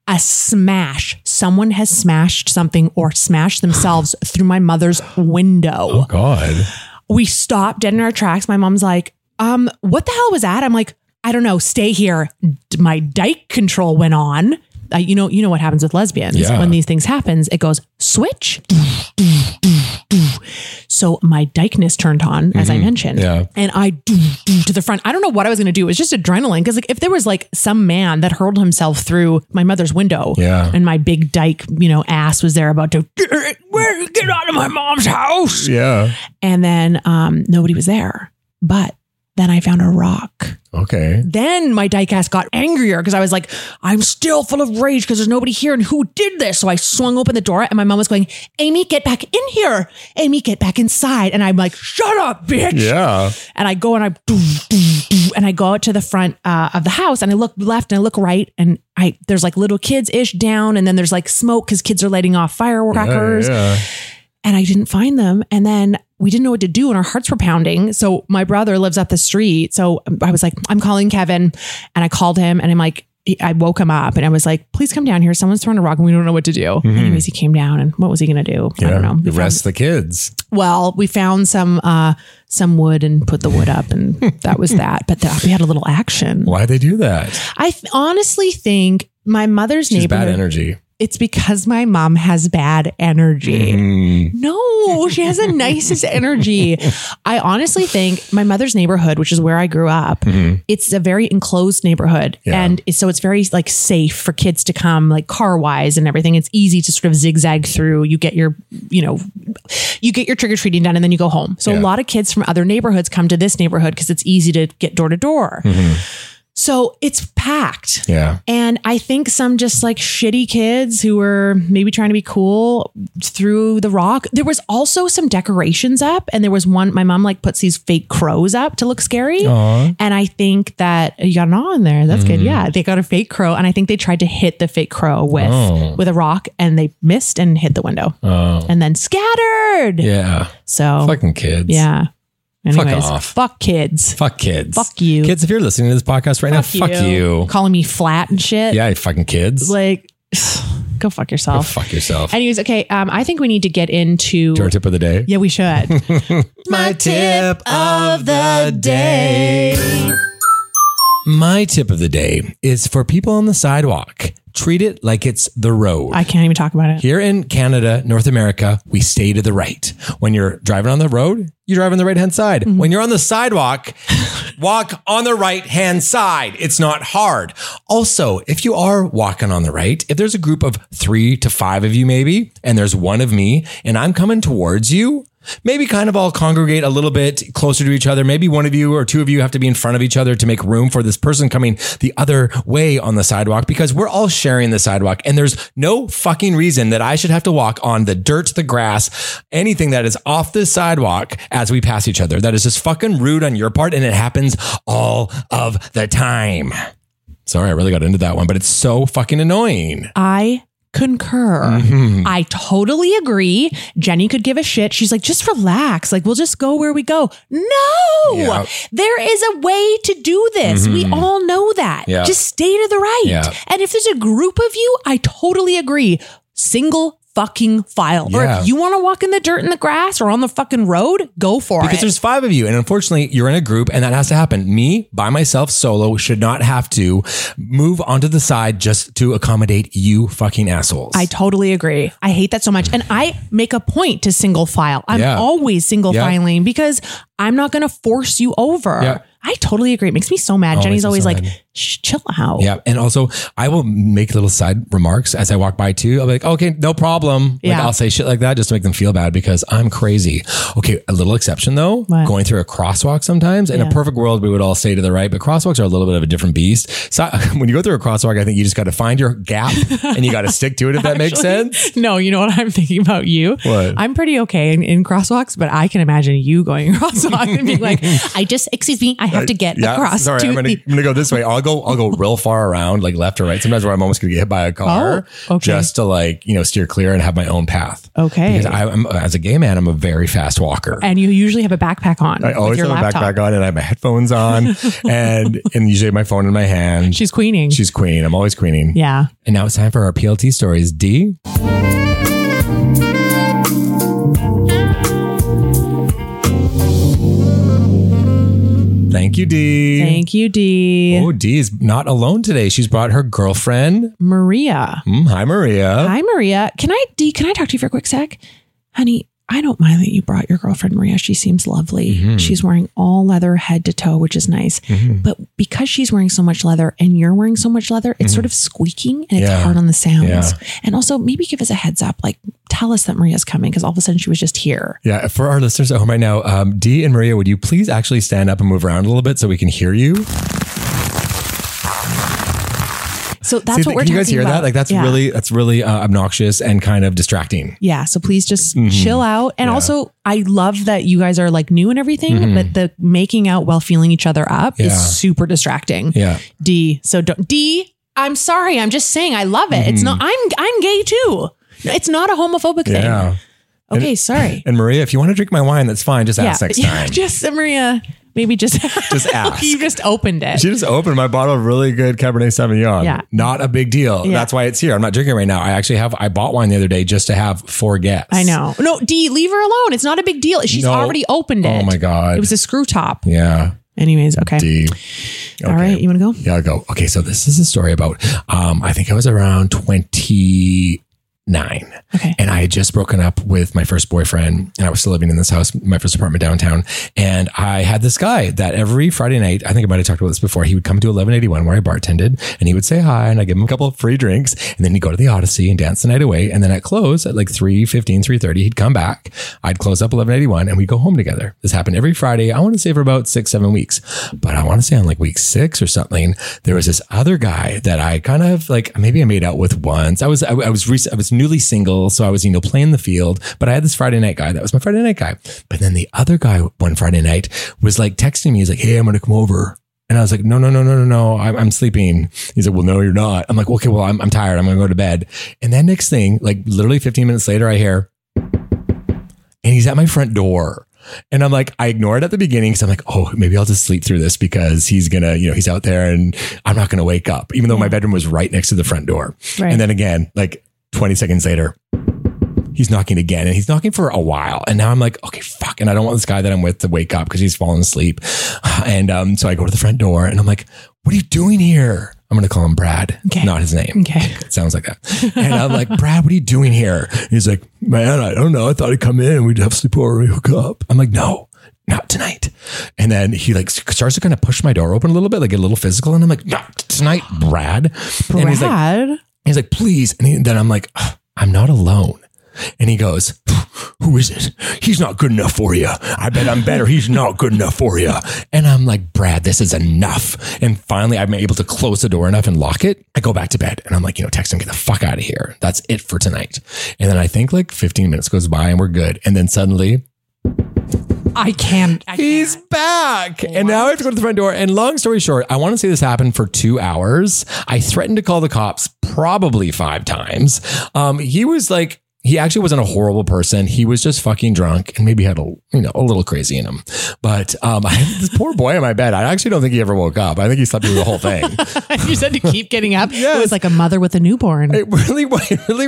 Speaker 2: a smash. Someone has smashed something or smashed themselves through my mother's window.
Speaker 4: Oh, God.
Speaker 2: We stop dead in our tracks. My mom's like, um, what the hell was that? I'm like, I don't know. Stay here. D- my dike control went on. Uh, you know, you know what happens with lesbians
Speaker 6: Yeah.
Speaker 2: when these things happens. It goes switch. So my dykeness turned on, as I
Speaker 6: Mhm.
Speaker 2: mentioned,
Speaker 6: Yeah.
Speaker 2: and I to the front. I don't know what I was going to do. It was just adrenaline because, like, if there was like some man that hurled himself through my mother's window,
Speaker 6: Yeah.
Speaker 2: and my big dyke, you know, ass was there about to where get out of my mom's house.
Speaker 4: Yeah.
Speaker 2: And then um, nobody was there. But then I found a rock.
Speaker 4: Okay.
Speaker 2: Then my dyke ass got angrier because I was like, I'm still full of rage because there's nobody here and who did this? So I swung open the door and my mom was going, Amy, get back in here. Amy, get back inside. And I'm like, shut up, bitch.
Speaker 4: Yeah.
Speaker 2: And I go and I doof, doof, doof, and I go out to the front uh, of the house and I look left and I look right and I there's like little kids ish down and then there's like smoke because kids are lighting off firecrackers
Speaker 4: Yeah,
Speaker 2: and I didn't find them. And then we didn't know what to do, and our hearts were pounding. So my brother lives up the street. So I was like, I'm calling Kevin. And I called him and I'm like, he- I woke him up and I was like, please come down here. Someone's throwing a rock and we don't know what to do.
Speaker 4: Mhm.
Speaker 2: Anyways, he came down and what was he going to do? I
Speaker 4: yeah.
Speaker 2: don't know. We
Speaker 4: Arrest the kids.
Speaker 2: Well, we found some uh, some wood and put the wood up, and that was that. But the, we had a little action.
Speaker 4: Why they do that?
Speaker 2: I th- honestly think my mother's
Speaker 4: She's
Speaker 2: neighborhood.
Speaker 4: bad energy.
Speaker 2: It's because my mom has bad energy.
Speaker 4: Mm.
Speaker 2: No, she has the nicest energy. I honestly think my mother's neighborhood, which is where I grew up,
Speaker 4: Mhm.
Speaker 2: it's a very enclosed neighborhood. And it's- so it's very like safe for kids to come, like car wise and everything. It's easy to sort of zigzag through. You get your, you know, you get your trick or treating done and then you go home. So a lot of kids from other neighborhoods come to this neighborhood because it's easy to get door to door. So it's packed.
Speaker 4: Yeah.
Speaker 2: And I think some just like shitty kids who were maybe trying to be cool threw the rock. There was also some decorations up, and there was one. My mom like puts these fake crows up to look scary,
Speaker 6: Aw.
Speaker 2: and I think that you got an awe in there. That's
Speaker 4: Mm.
Speaker 2: good. Yeah, they got a fake crow, and I think they tried to hit the fake crow with
Speaker 4: Oh.
Speaker 2: with a rock, and they missed and hit the window,
Speaker 4: Oh.
Speaker 2: and then scattered.
Speaker 4: Yeah.
Speaker 2: So
Speaker 4: Fucking kids.
Speaker 2: Oh. Yeah.
Speaker 4: Fuck
Speaker 2: Anyways,
Speaker 4: off.
Speaker 2: Fuck kids.
Speaker 4: Fuck kids.
Speaker 2: Fuck you.
Speaker 4: Kids, if you're listening to this podcast right now, fuck you.
Speaker 2: Calling me flat and shit.
Speaker 4: Yeah, you fucking kids.
Speaker 2: Like, go fuck
Speaker 4: Go
Speaker 2: yourself.
Speaker 4: fuck yourself.
Speaker 2: Anyways, okay. Um, I think we need to get into.
Speaker 4: to our tip of the day.
Speaker 2: yeah, we should.
Speaker 4: My
Speaker 2: tip of the day.
Speaker 4: My tip of the day is for people on the sidewalk. Treat it like it's the road.
Speaker 2: I can't even talk about it.
Speaker 4: Here in Canada, North America, we stay to the right. When you're driving on the road, you drive on the right hand side. When you're on the sidewalk, walk on the right hand side. It's not hard. Also, if you are walking on the right, if there's a group of three to five of you, maybe, and there's one of me, and I'm coming towards you, maybe kind of all congregate a little bit closer to each other. Maybe one of you or two of you have to be in front of each other to make room for this person coming the other way on the sidewalk because we're all sharing the sidewalk and there's no fucking reason that I should have to walk on the dirt, the grass, anything that is off the sidewalk as we pass each other. That is just fucking rude on your part and it happens all of the time. Sorry, I really got into that one, but it's so fucking annoying.
Speaker 2: I concur.
Speaker 4: Mm-hmm.
Speaker 2: I totally agree. Jenny could give a shit. She's like, just relax. Like, we'll just go where we go. No,
Speaker 4: Yeah.
Speaker 2: there is a way to do this. We
Speaker 4: Mhm.
Speaker 2: all know that.
Speaker 4: Yeah.
Speaker 2: Just stay to the right.
Speaker 4: Yeah.
Speaker 2: And if there's a group of you, I totally agree. Single fucking file. Or
Speaker 4: Yeah.
Speaker 2: if you want to walk in the dirt in the grass or on the fucking road, go for
Speaker 4: because
Speaker 2: it.
Speaker 4: there's five of you, and unfortunately, you're in a group, and that has to happen. Me by myself, solo, should not have to move onto the side just to accommodate you, fucking assholes.
Speaker 2: I totally agree. I hate that so much. And I make a point to single file. I'm
Speaker 4: Yeah.
Speaker 2: always single
Speaker 4: Yeah.
Speaker 2: filing because I'm not going to force you over.
Speaker 4: Yeah.
Speaker 2: I totally agree. It makes me so mad.
Speaker 4: Oh, it makes
Speaker 2: Jenny's
Speaker 4: me
Speaker 2: always
Speaker 4: so
Speaker 2: like,
Speaker 4: mad.
Speaker 2: Shh, chill out.
Speaker 4: Yeah. And also, I will make little side remarks as I walk by too. I'll be like, okay, no problem. Like,
Speaker 2: Yeah.
Speaker 4: I'll say shit like that just to make them feel bad because I'm crazy. Okay. A little exception though,
Speaker 2: What?
Speaker 4: going through a crosswalk sometimes. In
Speaker 2: Yeah.
Speaker 4: a perfect world, we would all stay to the right, but crosswalks are a little bit of a different beast. So when you go through a crosswalk, I think you just got to find your gap and you got to stick to it if that makes
Speaker 2: Actually,
Speaker 4: sense.
Speaker 2: No, you know what I'm thinking about you?
Speaker 4: What?
Speaker 2: I'm pretty okay in, in crosswalks, but I can imagine you going crosswalk and being like, I just, excuse me, I have to get
Speaker 4: Yeah,
Speaker 2: across
Speaker 4: Sorry,
Speaker 2: to
Speaker 4: I'm gonna,
Speaker 2: the-
Speaker 4: I'm gonna go this way. I'll go. I'll go real far around, like left or right. Sometimes where I'm almost gonna get hit by a car,
Speaker 2: Oh, okay.
Speaker 4: just to like you know steer clear and have my own path.
Speaker 2: Okay.
Speaker 4: Because I, I'm as a gay man, I'm a very fast walker.
Speaker 2: and you usually have a backpack on.
Speaker 4: I
Speaker 2: with
Speaker 4: always
Speaker 2: your
Speaker 4: have a
Speaker 2: laptop.
Speaker 4: backpack on, and I have my headphones on, and and usually my phone in my hand.
Speaker 2: She's queening.
Speaker 4: She's queen. I'm always queening.
Speaker 2: yeah.
Speaker 4: And now it's time for our PLT stories. D. Thank you, D.
Speaker 2: Thank you, Dee.
Speaker 4: Oh, Dee is not alone today. She's brought her girlfriend.
Speaker 2: Maria.
Speaker 4: Mm, hi, Maria.
Speaker 2: Hi, Maria. Can I, Dee, can I talk to you for a quick sec? Honey, I don't mind that you brought your girlfriend, Maria. She seems lovely.
Speaker 4: Mhm.
Speaker 2: She's wearing all leather head to toe, which is nice.
Speaker 4: Mhm.
Speaker 2: But because she's wearing so much leather and you're wearing so much leather, it's sort of squeaking and it's
Speaker 4: Mm-hmm. Yeah.
Speaker 2: hard on the sounds.
Speaker 4: Yeah.
Speaker 2: And also, maybe give us a heads up like, tell us that Maria's coming because all of a sudden she was just here.
Speaker 4: Yeah, for our listeners at home right now, um, Dee and Maria, would you please actually stand up and move around a little bit so we can hear you?
Speaker 2: So that's
Speaker 4: See,
Speaker 2: what we're
Speaker 4: Can
Speaker 2: talking
Speaker 4: you guys hear
Speaker 2: about.
Speaker 4: that? Like that's
Speaker 2: Yeah.
Speaker 4: really that's really uh, obnoxious and kind of distracting.
Speaker 2: Yeah. So please just
Speaker 4: Mhm.
Speaker 2: chill out. And
Speaker 4: Yeah.
Speaker 2: also, I love that you guys are like new and everything,
Speaker 4: Mhm.
Speaker 2: but the making out while feeling each other up
Speaker 4: Yeah.
Speaker 2: is super distracting.
Speaker 4: Yeah.
Speaker 2: D. So don't, D, I'm sorry. I'm just saying I love it.
Speaker 4: Mm-hmm.
Speaker 2: It's not, I'm, I'm gay too. It's not a homophobic
Speaker 4: Yeah.
Speaker 2: thing. Okay. sorry.
Speaker 4: And Maria, if you want to drink my wine, that's fine. Just ask next time.
Speaker 2: Just Maria, maybe just,
Speaker 4: Just ask.
Speaker 2: you just opened it.
Speaker 4: She just opened my bottle of really good Cabernet Sauvignon.
Speaker 2: Yeah.
Speaker 4: Not a big deal.
Speaker 2: Yeah.
Speaker 4: That's why it's here. I'm not drinking right now. I actually have, I bought wine the other day just to have four guests.
Speaker 2: I know. No, D, leave her alone. It's not a big deal. She's
Speaker 4: No.
Speaker 2: already opened it.
Speaker 4: Oh my God.
Speaker 2: It was a screw top.
Speaker 4: Yeah.
Speaker 2: Anyways, okay.
Speaker 4: D.
Speaker 2: All right. You want to go?
Speaker 4: Yeah, I'll go. Okay. So this is a story about, um, I think I was around 29.
Speaker 2: Okay.
Speaker 4: And I had just broken up with my first boyfriend, and I was still living in this house, my first apartment downtown. And I had this guy that every Friday night, I think I might have talked about this before, he would come to 1181 where I bartended, and he would say hi, and I give him a couple of free drinks, and then he'd go to the Odyssey and dance the night away. And then at close at like 315, 330, he'd come back. I'd close up 1181, and we'd go home together. This happened every Friday. I want to say for about six, seven weeks, but I want to say on like week six or something, there was this other guy that I kind of like, maybe I made out with once. I was, I, I was, rec- I was newly single. So I was, you know, playing the field, but I had this Friday night guy. That was my Friday night guy. But then the other guy one Friday night was like texting me. He's like, Hey, I'm going to come over. And I was like, no, no, no, no, no, no. I'm, I'm sleeping. He's like, well, no, you're not. I'm like, okay, well, I'm, I'm tired. I'm going to go to bed. And then next thing, like literally 15 minutes later, I hear, and he's at my front door. And I'm like, I ignore it at the beginning because I'm like, oh, maybe I'll just sleep through this because he's gonna, you know, he's out there and I'm not gonna wake up, even though my bedroom was right next to the front door.
Speaker 2: Right.
Speaker 4: And then again, like 20 seconds later, he's knocking again and he's knocking for a while. And now I'm like, okay, fuck. And I don't want this guy that I'm with to wake up because he's fallen asleep. And um, so I go to the front door and I'm like, what are you doing here? I'm going to call him Brad,
Speaker 2: Okay.
Speaker 4: not his name.
Speaker 2: Okay.
Speaker 4: It sounds like that. And I'm like, Brad, what are you doing here? And he's like, man, I don't know. I thought I'd come in and we'd have sleepover and hook up. I'm like, no, not tonight. And then he like starts to kind of push my door open a little bit, like get a little physical. And I'm like, not tonight, Brad. And he's like,
Speaker 2: Brad.
Speaker 4: He's like, please. And he, then I'm like, "Ugh, I'm not alone. And he goes, Who is it? He's not good enough for you. I bet I'm better. He's not good enough for you. And I'm like, Brad, this is enough. And finally, I'm able to close the door enough and lock it. I go back to bed and I'm like, you know, text him, get the fuck out of here. That's it for tonight. And then I think like 15 minutes goes by and we're good. And then suddenly,
Speaker 2: I can't. I
Speaker 4: He's
Speaker 2: can't.
Speaker 4: back. And now I have to go to the front door. And long story short, I want to say this happened for two hours. I threatened to call the cops probably five times. Um, he was like, he actually wasn't a horrible person. He was just fucking drunk and maybe had a you know a little crazy in him. But um, I had this poor boy in my bed. I actually don't think he ever woke up. I think he slept through the whole thing.
Speaker 2: you said to keep getting up. It
Speaker 4: Yes.
Speaker 2: was like a mother with a newborn.
Speaker 4: It really, wa- it really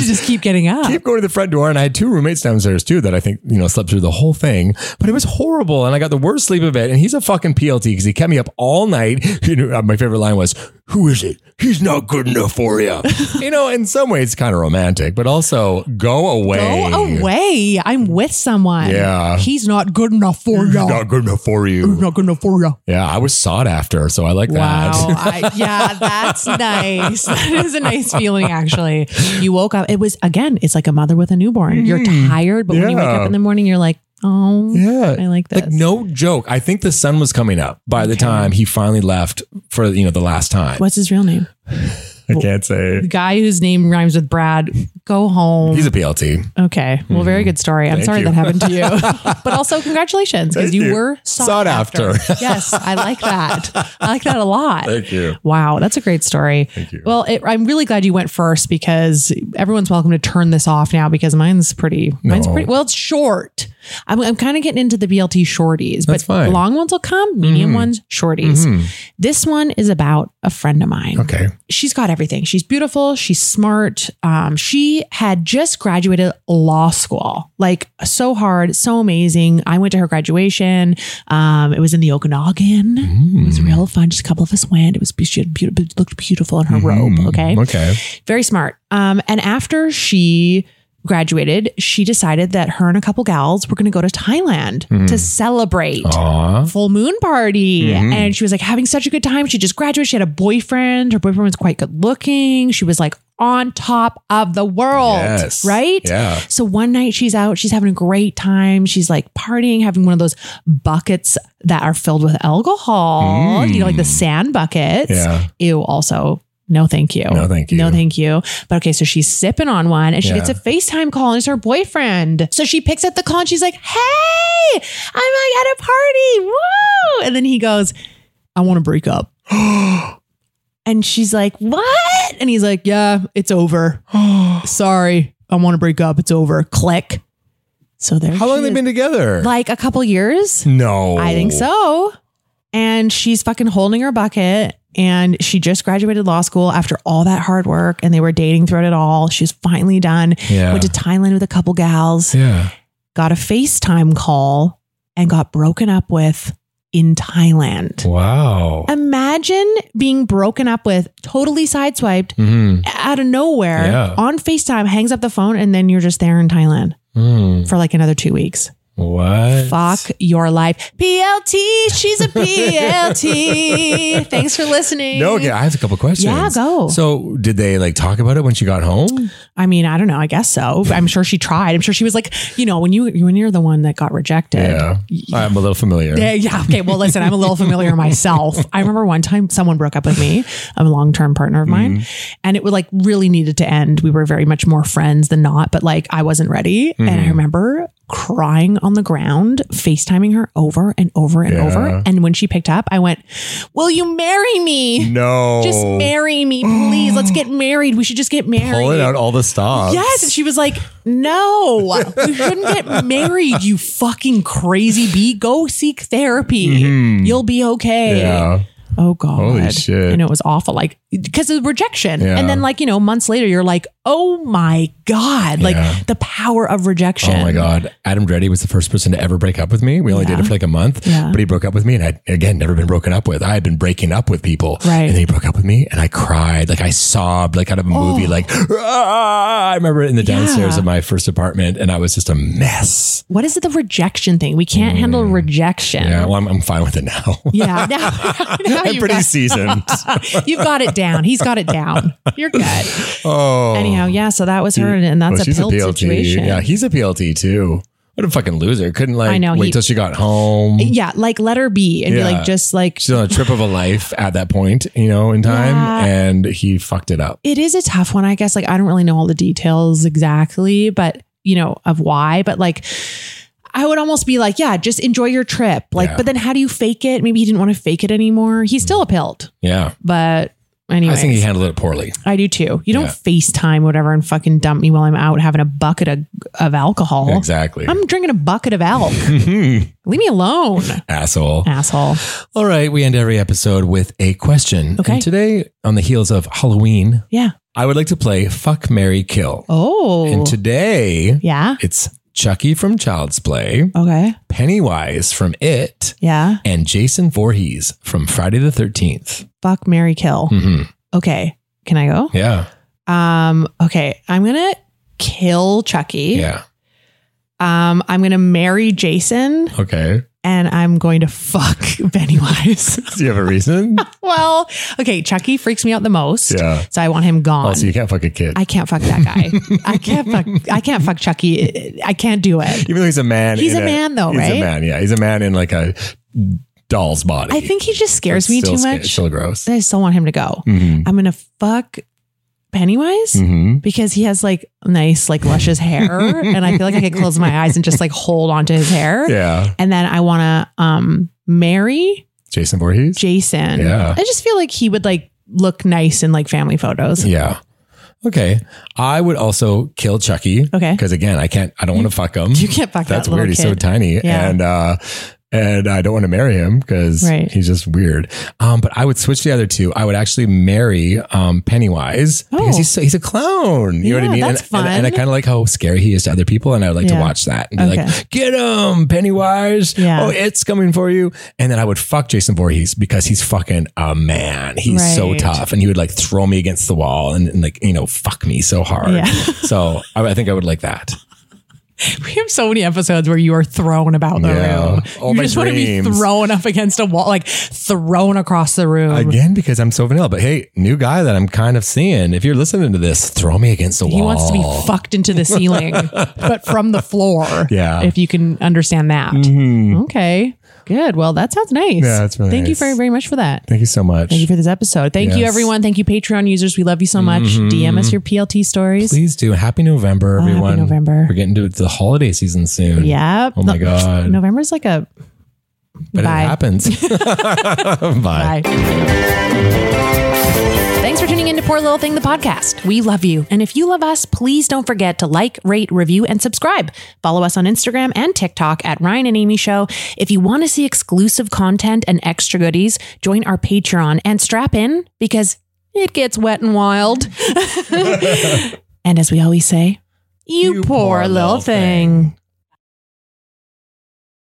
Speaker 2: you just keep getting up.
Speaker 4: keep going to the front door and I had two roommates downstairs too that I think you know slept through the whole thing but it was horrible and I got the worst sleep of it and he's a fucking PLT because he kept me up all night you know uh, my favorite line was who is it he's not good enough for you you know in some ways it's kind of romantic but also no, go away.
Speaker 2: Go away. I'm with someone.
Speaker 4: Yeah.
Speaker 2: He's not good enough for you.
Speaker 4: He's not good enough for you.
Speaker 2: He's not good enough for you.
Speaker 4: Yeah, I was sought after, so I like
Speaker 2: Wow.
Speaker 4: that.
Speaker 2: I, yeah, that's nice. That is a nice feeling, actually. You woke up. It was, again, it's like a mother with a newborn. You're
Speaker 4: Mhm.
Speaker 2: tired, but when you wake
Speaker 4: Yeah.
Speaker 2: up in the morning, you're like, oh,
Speaker 4: Yeah.
Speaker 2: I like this.
Speaker 4: Like no joke. I think the sun was coming up by the time he finally left for you know the last time.
Speaker 2: What's his real name?
Speaker 4: I
Speaker 2: The
Speaker 4: can't say.
Speaker 2: guy whose name rhymes with Brad. Go home.
Speaker 4: He's a PLT.
Speaker 2: Okay. Well, very good story. I'm
Speaker 4: Hmm. Thank
Speaker 2: sorry
Speaker 4: you.
Speaker 2: that happened to you. but also, congratulations because
Speaker 4: Thank
Speaker 2: you,
Speaker 4: you.
Speaker 2: were sought,
Speaker 4: Sought
Speaker 2: after.
Speaker 4: after.
Speaker 2: yes, I like that. I like that a lot.
Speaker 4: Thank you.
Speaker 2: Wow, that's a great story.
Speaker 4: Thank you.
Speaker 2: Well, it, I'm really glad you went first because everyone's welcome to turn this off now because mine's pretty. Mine's
Speaker 4: No.
Speaker 2: pretty. Well, it's short. I'm, I'm kind of getting into the BLT shorties, but
Speaker 4: That's fine. Mm-hmm.
Speaker 2: long ones will come, medium ones, shorties. This one is about a friend of mine
Speaker 4: Okay.
Speaker 2: she's got everything. She's beautiful. She's smart. Um, she had just graduated law school, like so hard, so amazing. I went to her graduation. Um, it was in the Okanagan. It was real fun. Just a couple of us went. It was she had beautiful, looked beautiful in her robe. Okay,
Speaker 4: Mm, Okay.
Speaker 2: very smart. Um, and after she graduated, she decided that her and a couple gals were going to go to Thailand to celebrate
Speaker 4: Aw.
Speaker 2: full moon party.
Speaker 4: Mm-hmm.
Speaker 2: And she was like having such a good time. She just graduated. She had a boyfriend. Her boyfriend was quite good looking. She was like on top of the world.
Speaker 4: Yes.
Speaker 2: Right?
Speaker 4: Yeah.
Speaker 2: So one night she's out, she's having a great time. She's like partying, having one of those buckets that are filled with alcohol, you know, like the sand buckets.
Speaker 4: Mm. Yeah.
Speaker 2: Ew, also. No, thank you.
Speaker 4: No, thank you.
Speaker 2: No, thank you. But okay, so she's sipping on one and she
Speaker 4: Yeah.
Speaker 2: gets a FaceTime call and it's her boyfriend. So she picks up the call and she's like, hey, I'm like at a party. Woo. And then he goes, I want to break up. and she's like, what? And he's like, yeah, it's over. Sorry. I want to break up. It's over. Click. So there
Speaker 4: How
Speaker 2: she
Speaker 4: long have
Speaker 2: is.
Speaker 4: they been together?
Speaker 2: Like a couple years.
Speaker 4: no.
Speaker 2: I think so. And she's fucking holding her bucket. And she just graduated law school after all that hard work, and they were dating throughout it all. She's finally done.
Speaker 4: Yeah.
Speaker 2: Went to Thailand with a couple gals,
Speaker 4: Yeah.
Speaker 2: got a FaceTime call, and got broken up with in Thailand.
Speaker 4: Wow.
Speaker 2: Imagine being broken up with, totally sideswiped
Speaker 4: Mhm.
Speaker 2: out of nowhere
Speaker 4: Yeah.
Speaker 2: on FaceTime, hangs up the phone, and then you're just there in Thailand
Speaker 4: Mm.
Speaker 2: for like another two weeks.
Speaker 4: What?
Speaker 2: Fuck your life. PLT. She's a PLT. Thanks for listening.
Speaker 4: No, okay. I have a couple questions.
Speaker 2: Yeah, go.
Speaker 4: So, did they like talk about it when she got home?
Speaker 2: I mean, I don't know. I guess so. I'm sure she tried. I'm sure she was like, you know, when you when you're the one that got rejected.
Speaker 4: Yeah. I'm a little familiar.
Speaker 2: Yeah, yeah. Okay. Well, listen, I'm a little familiar myself. I remember one time someone broke up with me, a long term partner of mine,
Speaker 4: Mm-hmm.
Speaker 2: and it was like really needed to end. We were very much more friends than not, but like I wasn't ready. And
Speaker 4: Mm-hmm.
Speaker 2: I remember crying on the ground, FaceTiming her over and over and over.
Speaker 4: Yeah.
Speaker 2: And when she picked up, I went, Will you marry me?
Speaker 4: No.
Speaker 2: Just marry me, please. Let's get married. We should just get married.
Speaker 4: Pulling out all the stops.
Speaker 2: Yes. And she was like, no, we shouldn't get married, you fucking crazy bee. Go seek therapy. You'll be okay.
Speaker 4: Mm-hmm. Yeah.
Speaker 2: Oh, God.
Speaker 4: Holy shit.
Speaker 2: And it was awful. Like, because of rejection.
Speaker 4: Yeah.
Speaker 2: And then, like, you know, months later, you're like, oh my God.
Speaker 4: Yeah.
Speaker 2: Like, the power of rejection.
Speaker 4: Oh my God. Adam Dreddy was the first person to ever break up with me. We only
Speaker 2: Yeah.
Speaker 4: dated for like a month,
Speaker 2: Yeah.
Speaker 4: but he broke up with me and I, again, never been broken up with. I had been breaking up with people.
Speaker 2: Right.
Speaker 4: And then he broke up with me and I cried. Like I sobbed like out of a movie, like, "Ah!" I remember in the downstairs
Speaker 2: Oh. Yeah.
Speaker 4: of my first apartment and I was just a mess.
Speaker 2: What is it? The rejection thing. We can't handle rejection.
Speaker 4: Mm. Yeah. Well, I'm, I'm fine with it now.
Speaker 2: Yeah, now, now
Speaker 4: I'm
Speaker 2: you've
Speaker 4: pretty
Speaker 2: got-
Speaker 4: seasoned.
Speaker 2: You've got it down. He's got it down. You're good.
Speaker 4: oh.
Speaker 2: Anyhow, yeah. So that was her, and
Speaker 4: Well,
Speaker 2: that's a pill situation.
Speaker 4: Yeah. He's a PLT too. What a fucking loser. Couldn't like
Speaker 2: I know,
Speaker 4: wait
Speaker 2: he-
Speaker 4: till she got home.
Speaker 2: yeah, like let her be, and
Speaker 4: Mm. Yeah.
Speaker 2: be like, just like
Speaker 4: she's on a trip of a life at that point, you know, in time,
Speaker 2: Yeah.
Speaker 4: and he fucked it up.
Speaker 2: it is a tough one, I guess. Like I don't really know all the details exactly, but you know of why, but like. I would almost be like, yeah, just enjoy your trip. Like,
Speaker 4: Yeah.
Speaker 2: but then how do you fake it? Maybe he didn't want to fake it anymore. He's still a pilt,
Speaker 4: Yeah,
Speaker 2: but anyway,
Speaker 4: I think he handled it poorly.
Speaker 2: I do too. You don't
Speaker 4: Yeah.
Speaker 2: FaceTime whatever and fucking dump me while I'm out having a bucket of, of alcohol.
Speaker 4: Exactly,
Speaker 2: I'm drinking a bucket of elk. Leave me alone,
Speaker 4: asshole.
Speaker 2: asshole.
Speaker 4: All right, we end every episode with a question.
Speaker 2: Okay.
Speaker 4: And today, on the heels of Halloween,
Speaker 2: Yeah.
Speaker 4: I would like to play Fuck Mary Kill.
Speaker 2: Oh.
Speaker 4: And today,
Speaker 2: yeah.
Speaker 4: it's Chucky from Child's Play,
Speaker 2: Okay.
Speaker 4: Pennywise from It,
Speaker 2: Yeah.
Speaker 4: and Jason Voorhees from Friday the 13th.
Speaker 2: Fuck Mary Kill.
Speaker 4: hmm
Speaker 2: Okay. Can I go?
Speaker 4: Yeah.
Speaker 2: Um, okay. I'm gonna kill Chucky.
Speaker 4: Yeah.
Speaker 2: Um, I'm going to marry Jason
Speaker 4: Okay.
Speaker 2: and I'm going to fuck Pennywise.
Speaker 4: Do you have a reason?
Speaker 2: well, okay, Chucky freaks me out the most.
Speaker 4: Yeah.
Speaker 2: So I want him gone.
Speaker 4: Also, you can't fuck a kid.
Speaker 2: I can't fuck that guy. I can't fuck I can't fuck Chucky. I can't do it.
Speaker 4: Even though he's a man.
Speaker 2: He's
Speaker 4: in
Speaker 2: a man, though,
Speaker 4: he's
Speaker 2: right?
Speaker 4: a man, yeah. He's a man in like a doll's body.
Speaker 2: I think he just scares
Speaker 4: It's
Speaker 2: me
Speaker 4: still
Speaker 2: too
Speaker 4: sca-
Speaker 2: much.
Speaker 4: still gross.
Speaker 2: I still want him to go.
Speaker 4: Mhm.
Speaker 2: I'm gonna fuck Pennywise
Speaker 4: Mhm.
Speaker 2: because he has like nice, like luscious hair, and I feel like I could close my eyes and just like hold onto his hair.
Speaker 4: Yeah.
Speaker 2: And then I want to um marry
Speaker 4: Jason Voorhees?
Speaker 2: Jason.
Speaker 4: Yeah.
Speaker 2: I just feel like he would like look nice in like family photos.
Speaker 4: Yeah. Okay. I would also kill Chucky.
Speaker 2: Okay.
Speaker 4: Because again, I can't, I don't want to fuck him.
Speaker 2: You can't fuck that
Speaker 4: That's
Speaker 2: little
Speaker 4: weird. He's so
Speaker 2: kid.
Speaker 4: tiny.
Speaker 2: Yeah.
Speaker 4: And, uh, and I don't want to marry him because
Speaker 2: Right.
Speaker 4: he's just weird. Um, but I would switch the other two. I would actually marry um, Pennywise because
Speaker 2: Oh.
Speaker 4: he's so, he's a clown. You know what I
Speaker 2: Yeah,
Speaker 4: mean?
Speaker 2: that's
Speaker 4: and, and- and I
Speaker 2: fun.
Speaker 4: kind of like how scary he is to other people, and I would like
Speaker 2: Yeah.
Speaker 4: to watch that and be
Speaker 2: Okay.
Speaker 4: like, "Get him, Pennywise!
Speaker 2: Yeah.
Speaker 4: Oh, it's coming for you!" And then I would fuck Jason Voorhees because he's fucking a man. He's so
Speaker 2: Right.
Speaker 4: tough, and he would like throw me against the wall and, and, like you know fuck me so hard.
Speaker 2: Yeah.
Speaker 4: so I, I think I would like that.
Speaker 2: We have so many episodes where you are thrown about the
Speaker 4: Yeah.
Speaker 2: room.
Speaker 4: All
Speaker 2: you
Speaker 4: my
Speaker 2: just want to be
Speaker 4: dreams.
Speaker 2: thrown up against a wall, like thrown across the room.
Speaker 4: Um, Again, because I'm so vanilla. But hey, new guy that I'm kind of seeing. If you're listening to this, throw me against the wall.
Speaker 2: He wants to be fucked into the ceiling, but from the floor.
Speaker 4: Yeah. Mm-hmm.
Speaker 2: If you can understand that. Okay. Good. Well, that sounds nice.
Speaker 4: Yeah, that's really
Speaker 2: Thank you
Speaker 4: nice.
Speaker 2: very, very much for that.
Speaker 4: Thank you so much.
Speaker 2: Thank you for this episode. Thank you,
Speaker 4: Yes. Mm-hmm.
Speaker 2: everyone. Thank you, Patreon users. We love you so much. DM us your PLT stories.
Speaker 4: Please do. Happy November,
Speaker 2: Oh, happy
Speaker 4: everyone.
Speaker 2: November.
Speaker 4: We're getting to the holiday season soon.
Speaker 2: Yep.
Speaker 4: Oh my God.
Speaker 2: November's like a.
Speaker 4: But
Speaker 2: Bye.
Speaker 4: it happens. Bye.
Speaker 2: Bye. Thanks for tuning in to Poor Little Thing, the podcast. We love you. And if you love us, please don't forget to like, rate, review, and subscribe. Follow us on Instagram and TikTok at Ryan and Amy Show. If you want to see exclusive content and extra goodies, join our Patreon and strap in because it gets wet and wild. and as we always say, you, poor, little thing.